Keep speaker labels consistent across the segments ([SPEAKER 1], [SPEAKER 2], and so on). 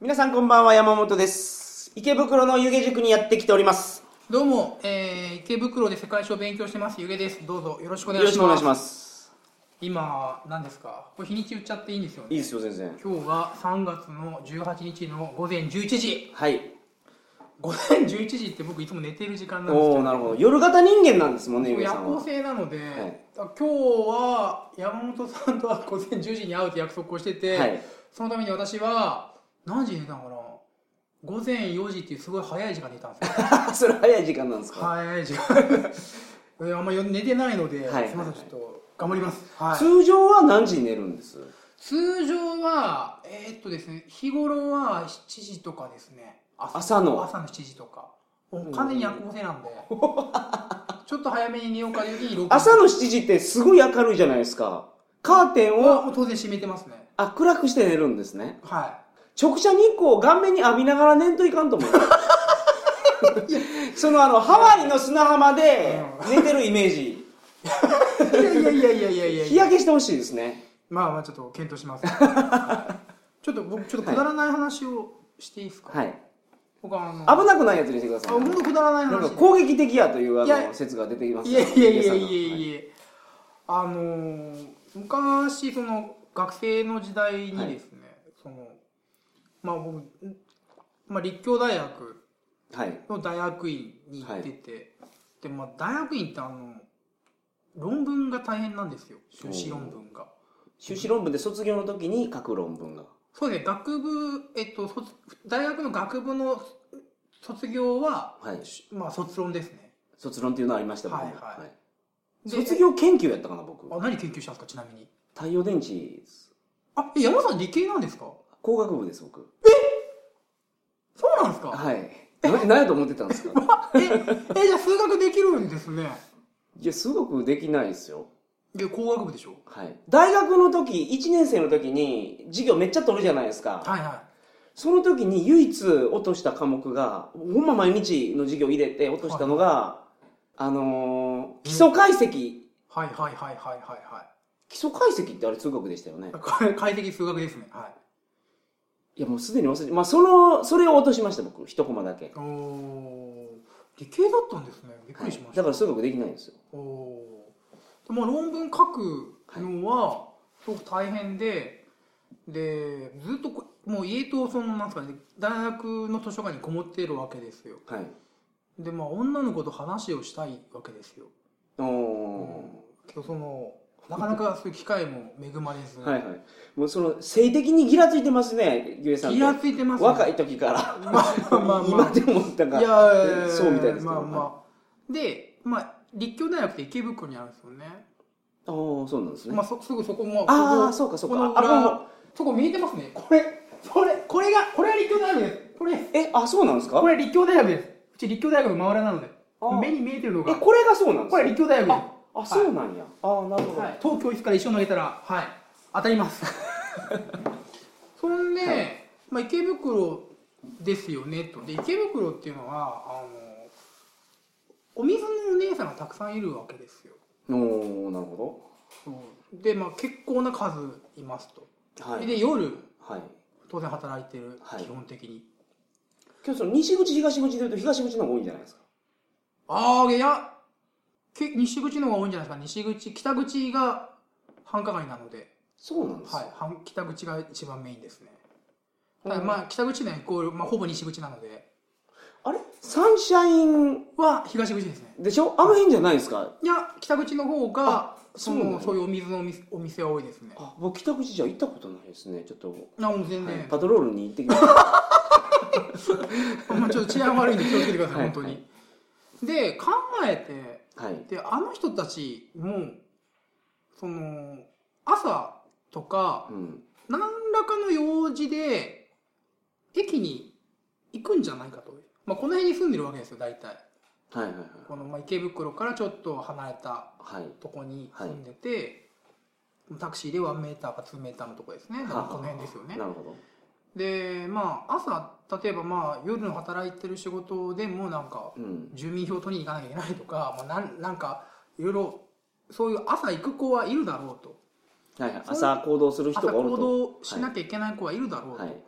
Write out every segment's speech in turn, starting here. [SPEAKER 1] 皆さんこんばんは山本です池袋の湯気塾にやってきております
[SPEAKER 2] どうも、えー、池袋で世界史を勉強してますゆげですどうぞよろしくお
[SPEAKER 1] よ
[SPEAKER 2] 願い
[SPEAKER 1] ろ
[SPEAKER 2] し
[SPEAKER 1] し
[SPEAKER 2] ます
[SPEAKER 1] くお願いします
[SPEAKER 2] 今何ですかこれ日にち言っちゃっていいんですよね
[SPEAKER 1] いいですよ全然
[SPEAKER 2] 今日が3月の18日の午前11時
[SPEAKER 1] はい
[SPEAKER 2] 午前11時って僕いつも寝てる時間なんですけ
[SPEAKER 1] お
[SPEAKER 2] ど
[SPEAKER 1] おなるほど夜型人間なんですもんねゆ
[SPEAKER 2] 僕
[SPEAKER 1] げ
[SPEAKER 2] 夜
[SPEAKER 1] さん
[SPEAKER 2] 行
[SPEAKER 1] は
[SPEAKER 2] 性なので、
[SPEAKER 1] い
[SPEAKER 2] 今日は山本さんとは午前10時に会うって約束をしてて、
[SPEAKER 1] はい
[SPEAKER 2] そのために私は何時に寝たのかな午前4時っていうすごい早い時間に寝たんですよ
[SPEAKER 1] それ早い時間なんですか、
[SPEAKER 2] 早い時間 えーあんま寝てないので、
[SPEAKER 1] はいはいはい
[SPEAKER 2] すみませんちょっと頑張ります、つ
[SPEAKER 1] 通常は何時に寝るんです
[SPEAKER 2] 通常はえーっとですね日頃は7時とかですね
[SPEAKER 1] 朝の
[SPEAKER 2] 朝の7時とかもう完全に夜行性な んでちょっと早めに寝ようかという時に6時
[SPEAKER 1] 朝の7時ってすごい明るいじゃないですかカーテン
[SPEAKER 2] はも
[SPEAKER 1] を
[SPEAKER 2] う当然閉めてますね
[SPEAKER 1] あ暗くして寝るんですね
[SPEAKER 2] はい
[SPEAKER 1] 直射日光を顔面に浴びながら寝んといかんと 思うそのあのハワイの砂浜で寝てるイメージ
[SPEAKER 2] いやいやいやいやいやいや
[SPEAKER 1] 日焼けしてほしいですね
[SPEAKER 2] まあまあちょっと検討し ますちょっと僕ちょっとくだらない話をしていいですか、
[SPEAKER 1] はい
[SPEAKER 2] 僕あの
[SPEAKER 1] 危なくないやつにしてくだ
[SPEAKER 2] あ
[SPEAKER 1] さいね
[SPEAKER 2] 本当くだらない
[SPEAKER 1] なんか
[SPEAKER 2] 話
[SPEAKER 1] 攻撃的やというあ
[SPEAKER 2] いや
[SPEAKER 1] の説が出ています
[SPEAKER 2] い
[SPEAKER 1] か
[SPEAKER 2] や
[SPEAKER 1] ら
[SPEAKER 2] いやいやいや
[SPEAKER 1] はい
[SPEAKER 2] いや、あのー昔その学生の時代にですね、そのまあ僕、まあ、立教大学
[SPEAKER 1] はい
[SPEAKER 2] の大学院に行ってて、でまあ大学院ってあの論文が大変なんですよ修士論文が。
[SPEAKER 1] 修士論文で卒業の時に書く論文が
[SPEAKER 2] そうね学部、えっと、卒大学の学部の卒業は、
[SPEAKER 1] はい
[SPEAKER 2] まあ、卒論ですね
[SPEAKER 1] 卒論っていうのありましたもんね
[SPEAKER 2] はいはい
[SPEAKER 1] い卒業研究やったかな僕
[SPEAKER 2] あ何研究したんですかちなみに
[SPEAKER 1] 太陽電池です
[SPEAKER 2] あえ山本さん理系なんですか
[SPEAKER 1] 工学部です僕
[SPEAKER 2] そうなんですか
[SPEAKER 1] はいな何やと思ってたん ですか
[SPEAKER 2] ええじゃあ数学できるんですね
[SPEAKER 1] いやすごくできないですよ
[SPEAKER 2] で工学部でしょ
[SPEAKER 1] はい大学の時1年生の時に授業めっちゃ取るじゃないですか
[SPEAKER 2] はいは
[SPEAKER 1] その時に唯一落とした科目が、ほんま毎日の授業入れて落としたのが、あのー基礎解析、
[SPEAKER 2] いはいはいはいはいは
[SPEAKER 1] 基礎解析ってあれ通学でしたよね
[SPEAKER 2] い。はい快適数学ですねはい
[SPEAKER 1] いやもうすでに忘れて、まあその、それを落としました僕、一コマだけ。
[SPEAKER 2] おー理系だったんですねびっくりしました、
[SPEAKER 1] だから数学できないんですよ。
[SPEAKER 2] おおーでまあ論文書くのはすごく大変で、でずっとこもう家とそのなんですかね大学の図書館にこもっているわけですよ
[SPEAKER 1] はい。
[SPEAKER 2] でまあ女の子と話をしたいわけですよ
[SPEAKER 1] お
[SPEAKER 2] けどそのなかなかそういう機会も恵まれず、
[SPEAKER 1] ー。はいはい。もうその、性的にギラついてますね、ゆえさんって。
[SPEAKER 2] 気がついてますね
[SPEAKER 1] 若い時から。
[SPEAKER 2] まあまあまあ
[SPEAKER 1] 今でもなんか、
[SPEAKER 2] いや
[SPEAKER 1] そうみたいですけど。
[SPEAKER 2] まあまあでまあ立教大学って池袋にあるんですよね
[SPEAKER 1] あーそうなんですね。
[SPEAKER 2] まあそすぐそこも
[SPEAKER 1] ああ、
[SPEAKER 2] こ
[SPEAKER 1] そうかそうか。
[SPEAKER 2] この
[SPEAKER 1] あ
[SPEAKER 2] 裏
[SPEAKER 1] もう
[SPEAKER 2] そこ見えてますねこれこれこれがこれは立教大学ですこれ
[SPEAKER 1] え、あ、そうなんですか
[SPEAKER 2] これ立教大学ですうち立教大学の真裏なので
[SPEAKER 1] あー
[SPEAKER 2] 目に見えてるの
[SPEAKER 1] え、
[SPEAKER 2] が
[SPEAKER 1] これがそうなんです
[SPEAKER 2] こ
[SPEAKER 1] か
[SPEAKER 2] れ立教大学です
[SPEAKER 1] あ、そうなんや。ああ、なるほど。
[SPEAKER 2] はい、東京椅子から石を投げたら、はい、当たります そんで、
[SPEAKER 1] はい
[SPEAKER 2] まあ、池袋ですよねとで池袋っていうのはあのお水のお姉さんがたくさんいるわけですよ
[SPEAKER 1] おお、なるほ
[SPEAKER 2] そうで、まあ、結構な数いますと、
[SPEAKER 1] ど。はい。
[SPEAKER 2] で夜
[SPEAKER 1] はい。
[SPEAKER 2] 当然働いてる、
[SPEAKER 1] はい
[SPEAKER 2] 基本的に
[SPEAKER 1] 今日その西口東口で言うと東口の方が多いんじゃないですか。
[SPEAKER 2] ああいやけ西口の方が多いんじゃないですか西口北口が繁華街なので、
[SPEAKER 1] そうなんですよ。
[SPEAKER 2] はい、繁北口が一番メインですね
[SPEAKER 1] うん
[SPEAKER 2] はいまあ、北口のイコール、まあ、ほぼ西口なので、
[SPEAKER 1] あれサンシャイン
[SPEAKER 2] は東口ですね。
[SPEAKER 1] でしょあの辺じゃないですか。
[SPEAKER 2] いや、北口の方が、そ
[SPEAKER 1] そうなの
[SPEAKER 2] の、そういうお水のお店お店は多いですね。
[SPEAKER 1] あ、僕北口じゃ行ったことないですね。ちょっと、
[SPEAKER 2] なもう全
[SPEAKER 1] はい
[SPEAKER 2] 然、
[SPEAKER 1] パトロールに行ってきます。 は
[SPEAKER 2] まあ、ちょっと治安悪いんで気をつけてください、
[SPEAKER 1] はい
[SPEAKER 2] 本当に。で、考えて、
[SPEAKER 1] い。
[SPEAKER 2] で、あの人たちも、その、朝とか
[SPEAKER 1] う、ん。
[SPEAKER 2] 何らかの用事で、駅に行くんじゃないかと。まあ、この辺に住んでるわけですよ、大体。
[SPEAKER 1] はいはいはい。
[SPEAKER 2] この、まあ、池袋からちょっと離れた
[SPEAKER 1] はい。
[SPEAKER 2] とこに住んでて、タクシーで1メーターか2メーターのとこですねだからこの辺ですよね
[SPEAKER 1] なるほど。
[SPEAKER 2] でまあ朝例えばまあ夜の働いてる仕事でもなんか
[SPEAKER 1] うん。
[SPEAKER 2] 住民票取りに行かなきゃいけないとか、まあ、なんなんかいろいろそういう朝行く子はいるだろうと
[SPEAKER 1] はいはい。朝行動する人
[SPEAKER 2] 朝
[SPEAKER 1] がおる
[SPEAKER 2] 行
[SPEAKER 1] と。
[SPEAKER 2] 動しなきゃいけない子はいるだろうと、
[SPEAKER 1] はい。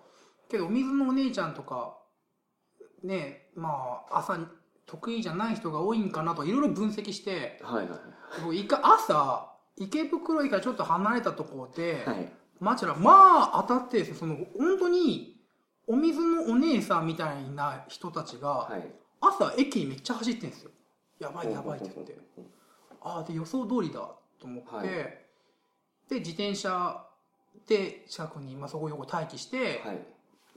[SPEAKER 2] けどお水のお姉ちゃんとかねまあ朝得意じゃない人が多いんかなとかいろいろ分析して
[SPEAKER 1] はいはい
[SPEAKER 2] 僕一回朝池袋駅からちょっと離れたところで、
[SPEAKER 1] はい
[SPEAKER 2] マチュラまあ当たってですよその本当にお水のお姉さんみたいな人たちが
[SPEAKER 1] はい
[SPEAKER 2] 朝駅にめっちゃ走ってんですよやば
[SPEAKER 1] う
[SPEAKER 2] い
[SPEAKER 1] ん
[SPEAKER 2] やばいって言って
[SPEAKER 1] うん
[SPEAKER 2] ああで予想通りだと思って、
[SPEAKER 1] はい
[SPEAKER 2] で自転車で近くに、まあ、そこ横待機して、
[SPEAKER 1] はい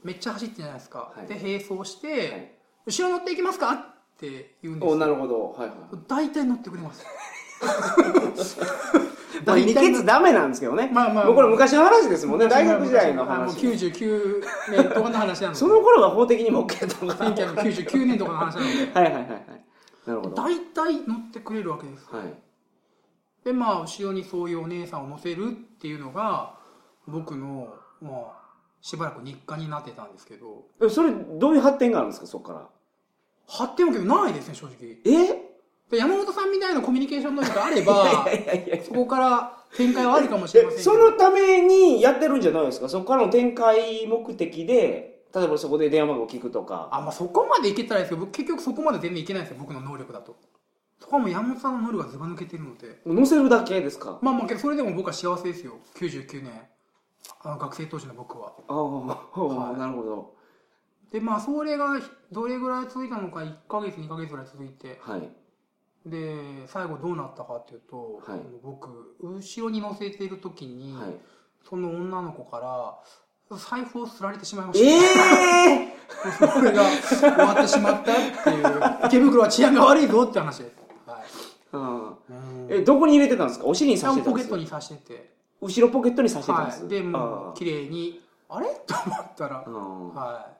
[SPEAKER 2] めっちゃ走ってるじゃないですか、
[SPEAKER 1] はい
[SPEAKER 2] で並走して、
[SPEAKER 1] はい
[SPEAKER 2] 後ろ乗っていきますかって言うんです
[SPEAKER 1] お
[SPEAKER 2] よ
[SPEAKER 1] なるほどはいはい
[SPEAKER 2] 大体乗ってく れます
[SPEAKER 1] まあ二ケツダメなんですけどね
[SPEAKER 2] まあまあまあ
[SPEAKER 1] もうこれ昔の話ですもんね大学時代の
[SPEAKER 2] あもう
[SPEAKER 1] 話
[SPEAKER 2] 99年とかの話なので
[SPEAKER 1] その頃は法的にも OK だったのかな
[SPEAKER 2] 1999年とかの話なの
[SPEAKER 1] は
[SPEAKER 2] で
[SPEAKER 1] いはいはいはいなるほどは
[SPEAKER 2] 大体乗ってくれるわけです
[SPEAKER 1] い
[SPEAKER 2] でまあ後ろにそういうお姉さんを乗せるっていうのが僕のまあしばらく日課になってたんですけど
[SPEAKER 1] えそれどういう発展があるんですかそこから
[SPEAKER 2] 発展はけどないですね正直
[SPEAKER 1] え
[SPEAKER 2] で山本さんみたいなコミュニケーション能力があれ
[SPEAKER 1] い
[SPEAKER 2] ば
[SPEAKER 1] やいやいやいや
[SPEAKER 2] そこから展開はあるかもしれませ
[SPEAKER 1] え
[SPEAKER 2] んけ
[SPEAKER 1] そ
[SPEAKER 2] ど
[SPEAKER 1] のためにやってるんじゃないですかそこからの展開目的で例えばそこで電話番号聞くとか
[SPEAKER 2] あまあそこまでいけたらいいですけど僕結局そこまで全然いけないんですよ僕の能力だとそこはもう山本さんの能力がずば抜けてるので
[SPEAKER 1] 載せるだけですか
[SPEAKER 2] まあまあけどそれでも僕は幸せですよ99年あの学生当時の僕は
[SPEAKER 1] ああ、
[SPEAKER 2] はい
[SPEAKER 1] なるほど
[SPEAKER 2] でまあそれがどれぐらい続いたのか1ヶ月2ヶ月ぐらい続いて
[SPEAKER 1] はい
[SPEAKER 2] で最後どうなったかっていうと、
[SPEAKER 1] はい
[SPEAKER 2] 僕後ろに乗せている時に、
[SPEAKER 1] はい
[SPEAKER 2] その女の子から財布をすられてしまいました、
[SPEAKER 1] ええ
[SPEAKER 2] これが終わってしまったっ ていう池袋は治安が悪いぞって話です、はい
[SPEAKER 1] ー、
[SPEAKER 2] うん
[SPEAKER 1] えどこに入れてたんですかお尻に刺してたん
[SPEAKER 2] ポ
[SPEAKER 1] で
[SPEAKER 2] ケ
[SPEAKER 1] す
[SPEAKER 2] ットに刺してて
[SPEAKER 1] 後ろポケットに刺してたんで
[SPEAKER 2] は
[SPEAKER 1] す、
[SPEAKER 2] い、で
[SPEAKER 1] あ
[SPEAKER 2] も
[SPEAKER 1] ー
[SPEAKER 2] う綺麗にあれ と思ったら、
[SPEAKER 1] うん
[SPEAKER 2] はい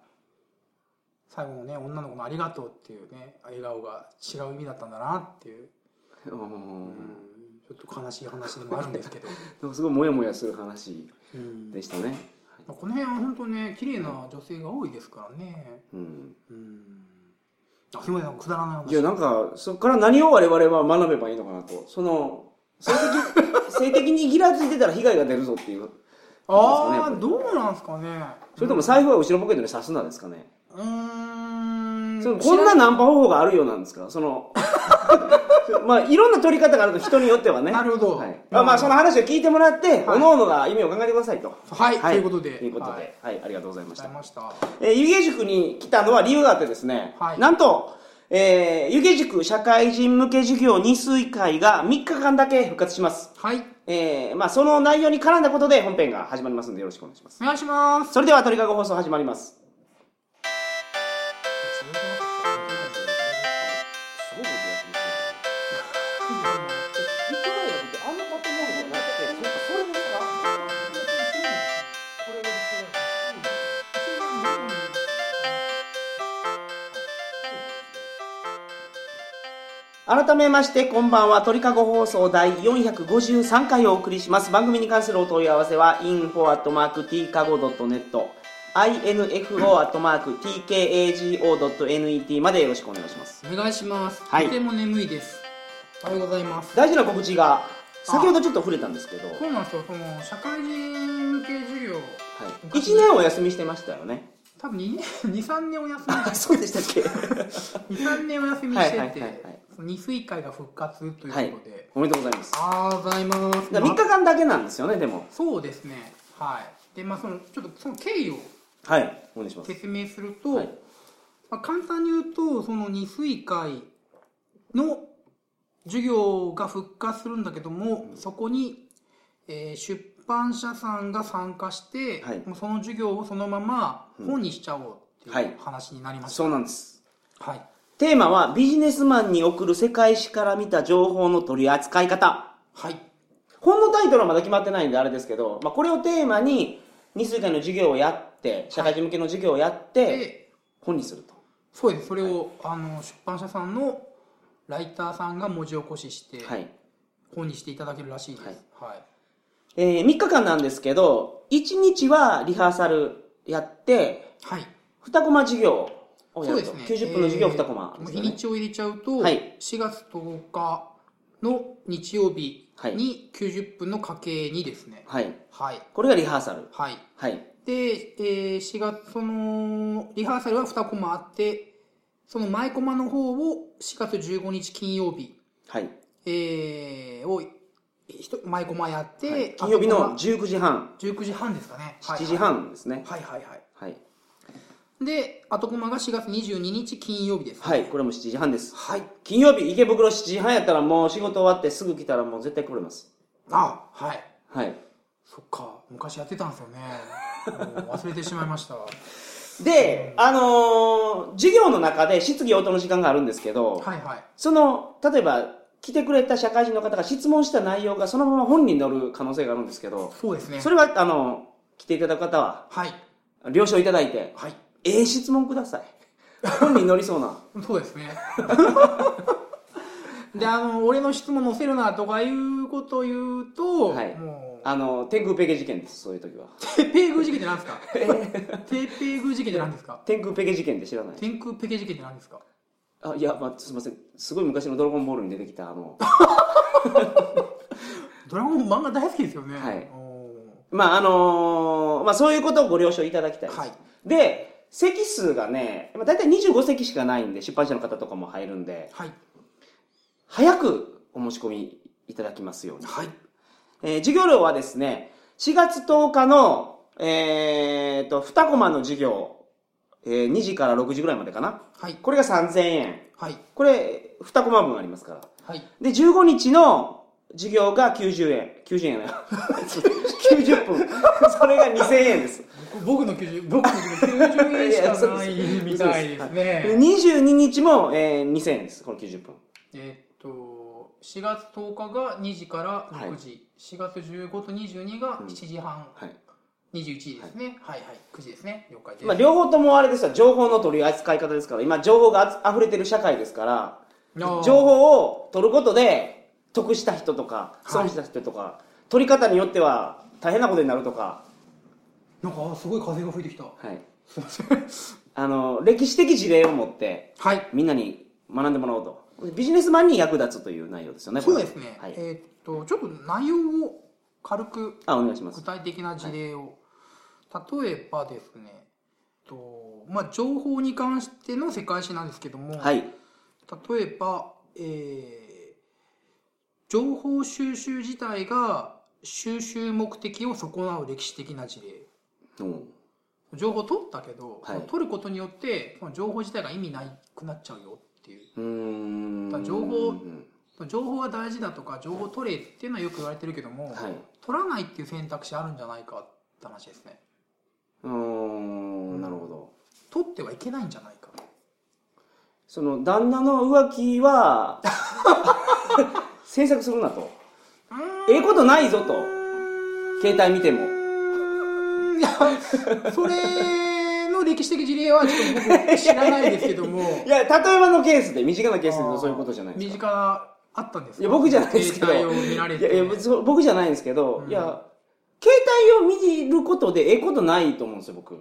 [SPEAKER 2] 最後のね女の子の「ありがとう」っていうね笑顔が違う意味だったんだなっていう、
[SPEAKER 1] うん
[SPEAKER 2] うんちょっと悲しい話でもあるんですけど、
[SPEAKER 1] でもすごいモヤモヤする話
[SPEAKER 2] うん
[SPEAKER 1] でしたね、
[SPEAKER 2] この辺は本当ね綺麗な女性が多いですからね
[SPEAKER 1] うん、
[SPEAKER 2] うんあすごいなんかくだらない話
[SPEAKER 1] いやなんかそこから何を我々は学べばいいのかなとその性的 性的にギラついてたら被害が出るぞっていう
[SPEAKER 2] ああどうなんですかね
[SPEAKER 1] それとも財布は後ろポケットに刺すなですかね、
[SPEAKER 2] うーん
[SPEAKER 1] そのこんなナンパ方法があるようなんですかその まあいろんな取り方があると人によってはね
[SPEAKER 2] なるほど
[SPEAKER 1] はいまあ、まあその話を聞いてもらって、各
[SPEAKER 2] はい
[SPEAKER 1] 々が意味を考えてくださいと
[SPEAKER 2] はい、ということで
[SPEAKER 1] ということで、
[SPEAKER 2] は
[SPEAKER 1] はいいありがとうございまし
[SPEAKER 2] 伝え
[SPEAKER 1] た
[SPEAKER 2] ました
[SPEAKER 1] えー、湯気塾に来たのは理由があってですね、
[SPEAKER 2] はい
[SPEAKER 1] なんと、えー、湯気塾社会人向け授業二水会が3日間だけ復活します。
[SPEAKER 2] はい
[SPEAKER 1] えー、まあその内容に絡んだことで本編が始まりますのでよろしくお願いします。
[SPEAKER 2] お願いします
[SPEAKER 1] それでは鳥かご放送始まります。 改めましてこんばんは鳥かご放送第453回をお送りします番組に関するお問い合わせは info.tkago.net info.tkago.net までよろしくお願いします
[SPEAKER 2] お願いします、
[SPEAKER 1] はい
[SPEAKER 2] とても眠いですおはようございます
[SPEAKER 1] 大事な告知が先ほどちょっと触れたんですけど、はい、
[SPEAKER 2] そうなんですよその社会人向け授業
[SPEAKER 1] 1年お休みしてましたよね
[SPEAKER 2] 多分2年23 年お休み
[SPEAKER 1] あ そうでしたっ
[SPEAKER 2] 23年お休みしてて、
[SPEAKER 1] はいはいはいはい
[SPEAKER 2] その二水会が復活ということ
[SPEAKER 1] け
[SPEAKER 2] で、
[SPEAKER 1] はいおめでとうございます
[SPEAKER 2] ありがとうございます
[SPEAKER 1] 3日間だけなんですよねでも
[SPEAKER 2] そうですねはいでまあそのちょっとその経緯を
[SPEAKER 1] はいお願いします
[SPEAKER 2] 説明すると、
[SPEAKER 1] はい
[SPEAKER 2] まあ、簡単に言うとその二水会の授業が復活するんだけども、そこに、えー出版社さんが参加して、
[SPEAKER 1] はい
[SPEAKER 2] もうその授業をそのまま本にしちゃおうって
[SPEAKER 1] はいいう
[SPEAKER 2] 話になりました、
[SPEAKER 1] そうなんです
[SPEAKER 2] はい
[SPEAKER 1] テーマはビジネスマンに送る世界史から見た情報の取り扱い方。
[SPEAKER 2] はい
[SPEAKER 1] 本のタイトルはまだ決まってないんであれですけど、まあ、これをテーマに、二水会の授業をやって、社会人向けの授業をやって、
[SPEAKER 2] で
[SPEAKER 1] 本にすると。
[SPEAKER 2] そうですそれを、あの出版社さんのライターさんが文字起こしして
[SPEAKER 1] はい。
[SPEAKER 2] 本にしていただけるらしいです、はい
[SPEAKER 1] えー、3日間なんですけど、1日はリハーサルやって、
[SPEAKER 2] はい
[SPEAKER 1] 2コマ授業をや
[SPEAKER 2] そう
[SPEAKER 1] る
[SPEAKER 2] で
[SPEAKER 1] と。
[SPEAKER 2] すね。
[SPEAKER 1] 90分の授業2コマ
[SPEAKER 2] えー
[SPEAKER 1] です
[SPEAKER 2] も
[SPEAKER 1] よ
[SPEAKER 2] う日に
[SPEAKER 1] ね。
[SPEAKER 2] ちを入れちゃうと、
[SPEAKER 1] はい
[SPEAKER 2] 4月10日の日曜日
[SPEAKER 1] はい
[SPEAKER 2] に90分の家計にですね、
[SPEAKER 1] はい。
[SPEAKER 2] はい、
[SPEAKER 1] これがリハーサル。
[SPEAKER 2] はい、
[SPEAKER 1] はい。
[SPEAKER 2] で、えー、4月、その、リハーサルは2コマあって、その前コマの方を4月15日金曜日、
[SPEAKER 1] はい。
[SPEAKER 2] えー、を、ひと前コマやって、
[SPEAKER 1] はい金曜日
[SPEAKER 2] 後コ
[SPEAKER 1] の
[SPEAKER 2] マ
[SPEAKER 1] 19時半、
[SPEAKER 2] 19時半ですかね。
[SPEAKER 1] 7時。半ですね。
[SPEAKER 2] はいはいはい。
[SPEAKER 1] はい。
[SPEAKER 2] で、後コマが4月22日金曜日です、
[SPEAKER 1] はい、。これも7時半です。
[SPEAKER 2] はい。
[SPEAKER 1] 金曜日、池袋7時半やったらもう仕事終わってすぐ来たらもう絶対来れます。
[SPEAKER 2] あ、はい。
[SPEAKER 1] はい。
[SPEAKER 2] そっか、昔やってたんですよね。もう忘れてしまいました。は
[SPEAKER 1] で、あのー授業の中で質疑応答の時間があるんですけど、
[SPEAKER 2] いはい。
[SPEAKER 1] その、例えば、来てくれた社会人の方が質問した内容がそのまま本に載る可能性があるんですけど、
[SPEAKER 2] そうですね。
[SPEAKER 1] それは、あの、来ていただく方は、
[SPEAKER 2] はい。
[SPEAKER 1] 了承いただいて、
[SPEAKER 2] はい。
[SPEAKER 1] ええ質問ください。本に載りそうな。
[SPEAKER 2] そうですね。 で、あの、俺の質問載せるなとかいうことを言うと、
[SPEAKER 1] はい
[SPEAKER 2] もう、
[SPEAKER 1] あの、天空ペケ事件です、そういう時は。
[SPEAKER 2] テペーグ事件って何ですかテペーグ事件って何ですか
[SPEAKER 1] 天空ペケ事件って知らない
[SPEAKER 2] 天空ペケ事件って何ですか
[SPEAKER 1] あ、いや、まあ、すいません。すごい昔のドラゴンボールに出てきた、あの、
[SPEAKER 2] ドラゴン漫画大好きですよね。
[SPEAKER 1] はい
[SPEAKER 2] お
[SPEAKER 1] まあ、あのーまあ、そういうことをご了承いただきたいです。
[SPEAKER 2] はい
[SPEAKER 1] で、席数がね、まあ、大体25席しかないんで、出版社の方とかも入るんで
[SPEAKER 2] ー、はい。
[SPEAKER 1] 早くお申し込みいただきますように。
[SPEAKER 2] はい。
[SPEAKER 1] えー授業料はですね、4月10日の、えー、と、2コマの授業、えー2時から6時ぐらいまでかな。
[SPEAKER 2] はい。
[SPEAKER 1] これが3000円。
[SPEAKER 2] はい。
[SPEAKER 1] これ、2コマ分ありますから。
[SPEAKER 2] はい。
[SPEAKER 1] で、15日の授業が90円。90円や な90分。それが2000円です。
[SPEAKER 2] 僕の90、僕の90円しかないみたいで
[SPEAKER 1] で
[SPEAKER 2] すね。
[SPEAKER 1] 22日も、えー2000円です。この90分。
[SPEAKER 2] えーっと、4月10日が2時から6時、4月15と22が7時半、
[SPEAKER 1] はい。
[SPEAKER 2] 21時ですね、はい、はい9時ですね、了解です。
[SPEAKER 1] まあ、両方ともあれですよ。情報の取り扱い方ですから、今、情報があふ溢れてる社会ですから、
[SPEAKER 2] あー
[SPEAKER 1] 情報を取ることで、得した人とか、
[SPEAKER 2] い
[SPEAKER 1] 損した人とか、取り方によっては大変なことになるとか、
[SPEAKER 2] なんかあすごい風が吹いてきた。
[SPEAKER 1] はい。 あの、歴史的事例を持って、
[SPEAKER 2] はい、
[SPEAKER 1] みんなに学んでもらおうと。ビジネスマンに役立つという内容ですよね。こ
[SPEAKER 2] そ
[SPEAKER 1] れ
[SPEAKER 2] うですね、
[SPEAKER 1] はい
[SPEAKER 2] え。ーっと、ちょっと内容を軽く、
[SPEAKER 1] あ、お願いしま
[SPEAKER 2] 具
[SPEAKER 1] す。
[SPEAKER 2] 体的な事例を、例えばですね、えっとまあ、情報に関しての世界史なんですけども、
[SPEAKER 1] はい。
[SPEAKER 2] 例えば、えー情報収集自体が収集目的を損なう歴史的な事例
[SPEAKER 1] うん
[SPEAKER 2] 情報を取ったけど、
[SPEAKER 1] はい
[SPEAKER 2] 取ることによってその情報自体が意味なくなっちゃうよっていう
[SPEAKER 1] うー
[SPEAKER 2] だか
[SPEAKER 1] ん。
[SPEAKER 2] ら情報
[SPEAKER 1] うん
[SPEAKER 2] その情報は大事だとか情報取れっていうのはよく言われてるけども、
[SPEAKER 1] はい。
[SPEAKER 2] 取らないっていう選択肢あるんじゃないかって話ですね
[SPEAKER 1] うーん、なるほど。
[SPEAKER 2] 取ってはいけないんじゃないか
[SPEAKER 1] その、旦那の浮気は、 詮索するなと。ええことないぞと。携帯見ても。
[SPEAKER 2] うーんいや それの歴史的事例はちょっと僕知らないですけども
[SPEAKER 1] いや、例えばのケースで、身近なケースでそういうことじゃないで
[SPEAKER 2] 身
[SPEAKER 1] すか。
[SPEAKER 2] 近なあったんですか
[SPEAKER 1] いや僕じゃないですけど
[SPEAKER 2] 携帯を見られ
[SPEAKER 1] い
[SPEAKER 2] て
[SPEAKER 1] やいや、そう僕じゃないんですけど、
[SPEAKER 2] うん
[SPEAKER 1] いや、携帯を見ることでええことないと思うんですよ、僕。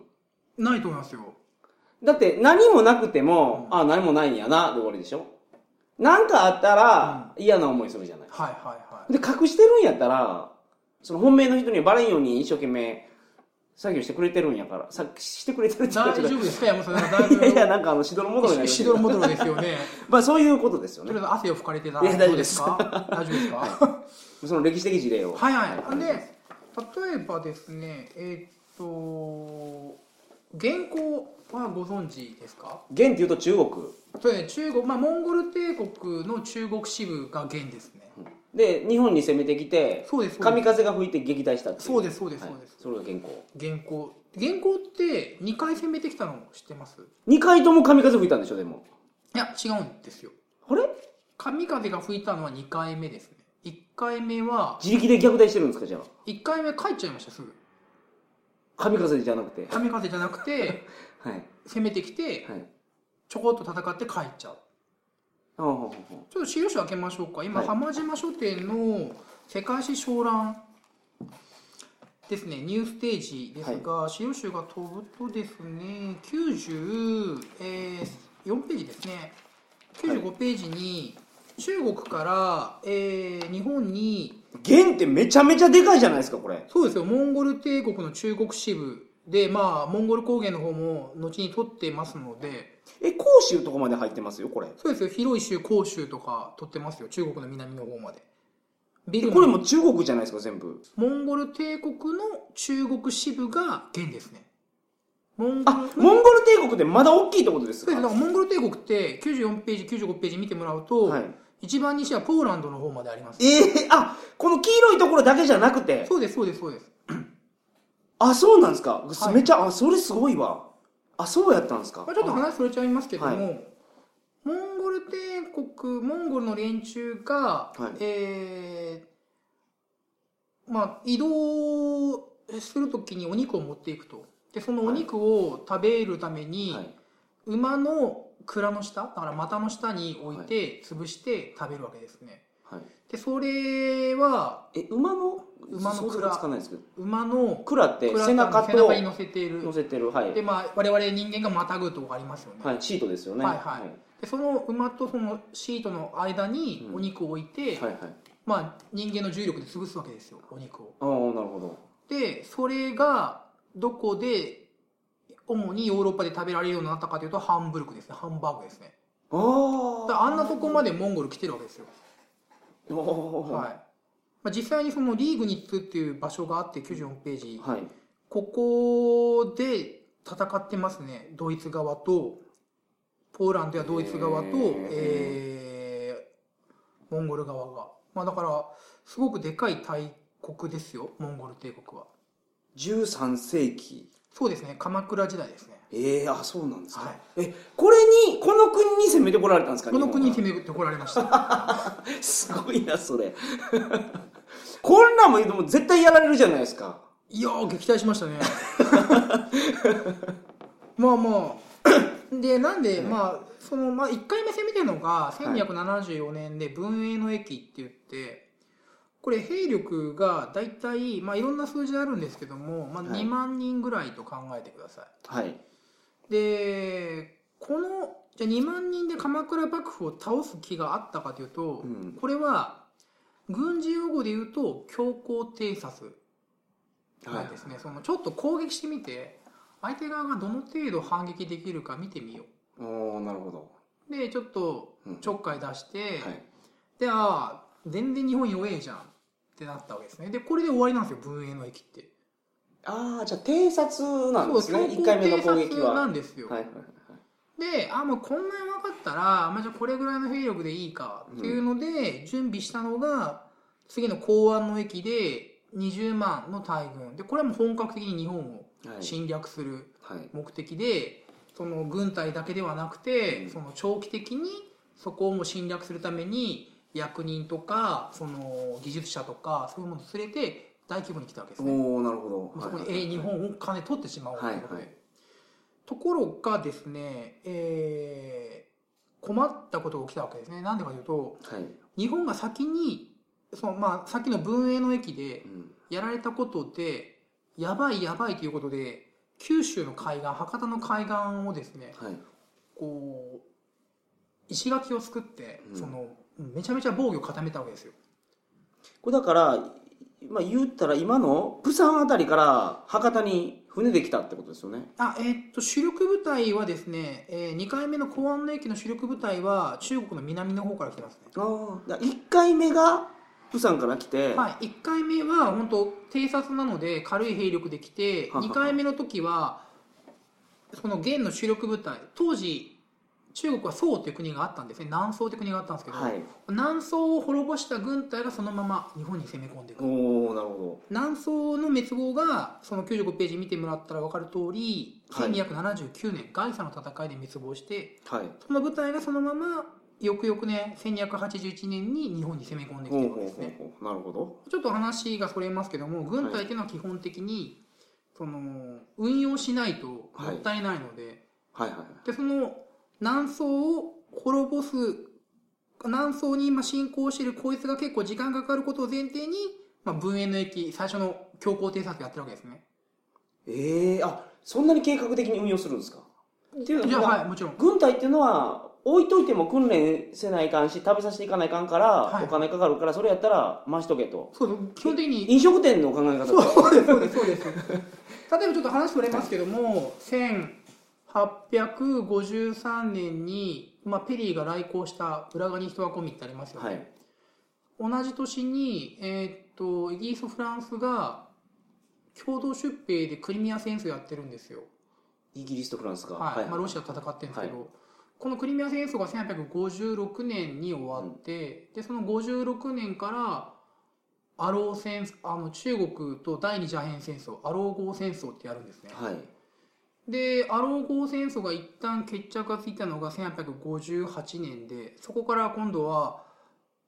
[SPEAKER 2] ないと思いますよ
[SPEAKER 1] だって何もなくても、
[SPEAKER 2] うん
[SPEAKER 1] あ何もないんやなで終わりでしょ何かあったら、嫌な思いするじゃない
[SPEAKER 2] はいはいはい
[SPEAKER 1] で隠してるんやったらその本命の人にはバレんように一生懸命作業してくれてるんやからさしてくれて るって言っ
[SPEAKER 2] 大
[SPEAKER 1] たら
[SPEAKER 2] 丈夫ですか山本さん
[SPEAKER 1] いやいや
[SPEAKER 2] だ
[SPEAKER 1] なんかあのしどろもどろにないりま
[SPEAKER 2] ぶし
[SPEAKER 1] す
[SPEAKER 2] どろもどろですよ ね
[SPEAKER 1] まあそういうことですよ
[SPEAKER 2] とりあえ
[SPEAKER 1] ね
[SPEAKER 2] ず汗を拭かれてた
[SPEAKER 1] いや大丈夫です
[SPEAKER 2] どうか大丈夫ですかは
[SPEAKER 1] その歴史的事例を
[SPEAKER 2] いはいで
[SPEAKER 1] は
[SPEAKER 2] 例えばですねえーっと原稿はご存知ですか
[SPEAKER 1] 元っていうと中国
[SPEAKER 2] そうですね中国まあモンゴル帝国の中国支部が元ですね
[SPEAKER 1] で日本に攻めてきて
[SPEAKER 2] そうですそう
[SPEAKER 1] 神
[SPEAKER 2] です
[SPEAKER 1] 風が吹いて撃退したってい
[SPEAKER 2] そうですそうです
[SPEAKER 1] はい
[SPEAKER 2] そうです
[SPEAKER 1] それが元寇
[SPEAKER 2] 原稿原稿って2回攻めてきたの知ってます
[SPEAKER 1] 2回とも神風吹いたんでしょでも
[SPEAKER 2] いや違うんですよ
[SPEAKER 1] あれ
[SPEAKER 2] 神風が吹いたのは2回目ですね1回目は
[SPEAKER 1] 自力で逆転してるんですかじゃあ
[SPEAKER 2] 1回目帰っちゃいましたすぐ
[SPEAKER 1] 神風じゃなくて
[SPEAKER 2] 神風じゃなくて
[SPEAKER 1] はい
[SPEAKER 2] 攻めてきて
[SPEAKER 1] はい
[SPEAKER 2] ちょこっと戦って帰っちゃう
[SPEAKER 1] あああああ
[SPEAKER 2] ちょっと資料書開けましょうか今、
[SPEAKER 1] はい
[SPEAKER 2] 浜島書店の世界史小覧ですねニューステージですが、資料集が飛ぶとですね94、えー4ページですね95ページに、中国から、えー日本に
[SPEAKER 1] 元ってめちゃめちゃでかいじゃないですかこれ
[SPEAKER 2] そうですよモンゴル帝国の中国支部でまあモンゴル高原の方も後に取ってますので
[SPEAKER 1] え甲州とこまで入ってますよこれ
[SPEAKER 2] そうですよ広い州広州とか取ってますよ中国の南の方までビル
[SPEAKER 1] え
[SPEAKER 2] の
[SPEAKER 1] これも中国じゃないですか全部
[SPEAKER 2] モンゴル帝国の中国支部が元ですねモンゴ
[SPEAKER 1] あ
[SPEAKER 2] ル
[SPEAKER 1] モンゴル帝国ってまだ大きいってことです
[SPEAKER 2] そう
[SPEAKER 1] か
[SPEAKER 2] ですだからモンゴル帝国って94ページ95ページ見てもらうと、
[SPEAKER 1] はい、
[SPEAKER 2] 一番西はポーランドの方まであります
[SPEAKER 1] ええあこの黄色いところだけじゃなくて
[SPEAKER 2] そうですそうですそうです
[SPEAKER 1] あそうなんですか、
[SPEAKER 2] はい
[SPEAKER 1] めちゃあそれすごいわあそうやったんですか
[SPEAKER 2] まあ、ちょっと話それちゃいますけども、
[SPEAKER 1] はい
[SPEAKER 2] モンゴル帝国モンゴルの連中が、
[SPEAKER 1] はい
[SPEAKER 2] えーまあ、移動する時にお肉を持っていくとでそのお肉を食べるために、
[SPEAKER 1] はい
[SPEAKER 2] 馬の蔵の下だから股の下に置いて潰して食べるわけですね
[SPEAKER 1] はい、
[SPEAKER 2] でそれは
[SPEAKER 1] え馬の
[SPEAKER 2] 馬の
[SPEAKER 1] 想像
[SPEAKER 2] 蔵
[SPEAKER 1] つかないですけど
[SPEAKER 2] 馬の
[SPEAKER 1] 蔵って
[SPEAKER 2] 蔵
[SPEAKER 1] 背中
[SPEAKER 2] 背中に
[SPEAKER 1] と
[SPEAKER 2] 乗せている
[SPEAKER 1] 乗せてるはい
[SPEAKER 2] で、まあ、我々人間がまたぐとこありますよね、
[SPEAKER 1] はい、シートですよね
[SPEAKER 2] はいはいでその馬とそのシートの間に
[SPEAKER 1] うん
[SPEAKER 2] お肉を置いて、
[SPEAKER 1] はいはい
[SPEAKER 2] まあ、人間の重力で潰すわけですよお肉を
[SPEAKER 1] ああなるほど
[SPEAKER 2] でそれがどこで主にヨーロッパで食べられるようになったかというとハンブルクですねハンバーグですねだか
[SPEAKER 1] あ
[SPEAKER 2] ら
[SPEAKER 1] あ
[SPEAKER 2] あんなとこまでモンゴル来てるわけですよ、
[SPEAKER 1] おお
[SPEAKER 2] はいまあ、実際にそのリーグニッツっていう場所があって94ページ、
[SPEAKER 1] はい
[SPEAKER 2] ここで戦ってますねドイツ側とポーランドやドイツ側と
[SPEAKER 1] へー、
[SPEAKER 2] えーモンゴル側が、まあ、だからすごくでかい大国ですよモンゴル帝国は
[SPEAKER 1] 13世紀
[SPEAKER 2] そうですね鎌倉時代ですね
[SPEAKER 1] ええあそうなんですか、
[SPEAKER 2] はい
[SPEAKER 1] えこれにこの国に攻めてこられたんですか
[SPEAKER 2] この国に
[SPEAKER 1] 日
[SPEAKER 2] 攻めてこられました
[SPEAKER 1] 本がすごいなそれ こんなんもでも絶対やられるじゃないですか
[SPEAKER 2] いやー撃退しましたね まあまあ でなんで、まあそのまあ、1回目攻めてるのが1274年で文永の駅って言ってこれ兵力が大体、まあ、いろんな数字あるんですけども、まあ、
[SPEAKER 1] はい
[SPEAKER 2] 2万人ぐらいと考えてください、
[SPEAKER 1] はい
[SPEAKER 2] でこのじゃあ2万人で鎌倉幕府を倒す気があったかというと、
[SPEAKER 1] うん
[SPEAKER 2] これは軍事用語で言うと強行偵察なんですね、そのちょっと攻撃してみて相手側がどの程度反撃できるか見てみよ
[SPEAKER 1] おおなるほど、
[SPEAKER 2] うでちょっと
[SPEAKER 1] うん
[SPEAKER 2] ちょっかい出して、
[SPEAKER 1] はい、
[SPEAKER 2] でああ全然日本弱えじゃんってなったわけですねでこれで終わりなんですよ文永の駅って
[SPEAKER 1] ああじゃあ偵察なんですね
[SPEAKER 2] そう
[SPEAKER 1] 1回目の攻
[SPEAKER 2] 強行偵
[SPEAKER 1] 撃
[SPEAKER 2] 察
[SPEAKER 1] は
[SPEAKER 2] な
[SPEAKER 1] は
[SPEAKER 2] んですよ、
[SPEAKER 1] いはいはい
[SPEAKER 2] であもうこんなん分かったら、まあ、じゃあこれぐらいの兵力でいいかっていうので、準備したのが次の港湾の駅で20万の大軍でこれはもう本格的に日本を
[SPEAKER 1] はい
[SPEAKER 2] 侵略する
[SPEAKER 1] はい
[SPEAKER 2] 目的で、その軍隊だけではなくて、
[SPEAKER 1] うん
[SPEAKER 2] その長期的にそこをもう侵略するために役人とかその技術者とかそういうものを連れて大規模に来たわけですね。
[SPEAKER 1] おおなるほど
[SPEAKER 2] そこに、
[SPEAKER 1] はいはい
[SPEAKER 2] えー日本を金取ってしまおうということで、
[SPEAKER 1] はいはい
[SPEAKER 2] ところがですね、えー困ったことが起きたわけですねなんでかというと
[SPEAKER 1] はい、
[SPEAKER 2] 日本が先にその、まあ、さっきの文永の駅で
[SPEAKER 1] うん
[SPEAKER 2] やられたことでやばいやばいということで九州の海岸博多の海岸をですね
[SPEAKER 1] はい
[SPEAKER 2] こう石垣を作って、
[SPEAKER 1] うん
[SPEAKER 2] そのめちゃめちゃ防御を固めたわけですよ
[SPEAKER 1] これだから、まあ、言ったら今の釜山あたりから博多に船で来たってことですよね
[SPEAKER 2] あえーっと主力部隊はですね、え2回目の港湾の駅の主力部隊は中国の南の方から来てますね、
[SPEAKER 1] ああ1回目が釜山から来て、
[SPEAKER 2] はい、1回目は本当偵察なので軽い兵力で来て
[SPEAKER 1] ははは
[SPEAKER 2] 2回目の時はその元の主力部隊当時中国は宋という国があったんですね南宋という国があったんですけど、
[SPEAKER 1] はい
[SPEAKER 2] 南宋を滅ぼした軍隊がそのまま日本に攻め込んでいくる
[SPEAKER 1] おおなるほ
[SPEAKER 2] 南宋の滅亡がその95ページ見てもらったら分かる通り
[SPEAKER 1] はい
[SPEAKER 2] 1279年外佐の戦いで滅亡して
[SPEAKER 1] どはい
[SPEAKER 2] その部隊がそのまま翌々年1281年に日本に攻め込んでき
[SPEAKER 1] ほう
[SPEAKER 2] て
[SPEAKER 1] ほ
[SPEAKER 2] るわけ
[SPEAKER 1] う
[SPEAKER 2] ですね
[SPEAKER 1] ほうほうなるほど
[SPEAKER 2] ちょっと話がそれますけども軍隊っていうのは基本的に、その運用しないともったいないので,、
[SPEAKER 1] はいはいはい
[SPEAKER 2] でその南宋を滅ぼす南宋に今進行しているこいつが結構時間かかることを前提に、まあ、文永の駅最初の強行偵察やってるわけですね
[SPEAKER 1] ええあそんなに計画的に運用するんですかっていう
[SPEAKER 2] じゃ
[SPEAKER 1] の
[SPEAKER 2] あ
[SPEAKER 1] は、
[SPEAKER 2] はいもちろん
[SPEAKER 1] 軍隊っていうのは置いといても訓練せないかんし食べさせていかないかんから、
[SPEAKER 2] はい
[SPEAKER 1] お金かかるからそれやったら回しとけと
[SPEAKER 2] そうです基本的に
[SPEAKER 1] 飲食店の考え
[SPEAKER 2] そう
[SPEAKER 1] 方
[SPEAKER 2] そうですそうですそうです 例えばちょっと話取れますけども1853年に、まあ、ペリーが来航した「裏側に人はコミ」ってありますよね、
[SPEAKER 1] はい
[SPEAKER 2] 同じ年に、えーっとイギリスとフランスが共同出兵でクリミア戦争やってるんですよ、
[SPEAKER 1] イギリスとフランスが
[SPEAKER 2] はいまあ、
[SPEAKER 1] はい
[SPEAKER 2] ロシアと戦ってるんですけど、このクリミア戦争が1856年に終わって、でその56年からアロー戦あの中国と第二次アヘン戦争アロー号戦争ってやるんですね、
[SPEAKER 1] はい
[SPEAKER 2] でアロー号戦争が一旦決着がついたのが1858年でそこから今度は、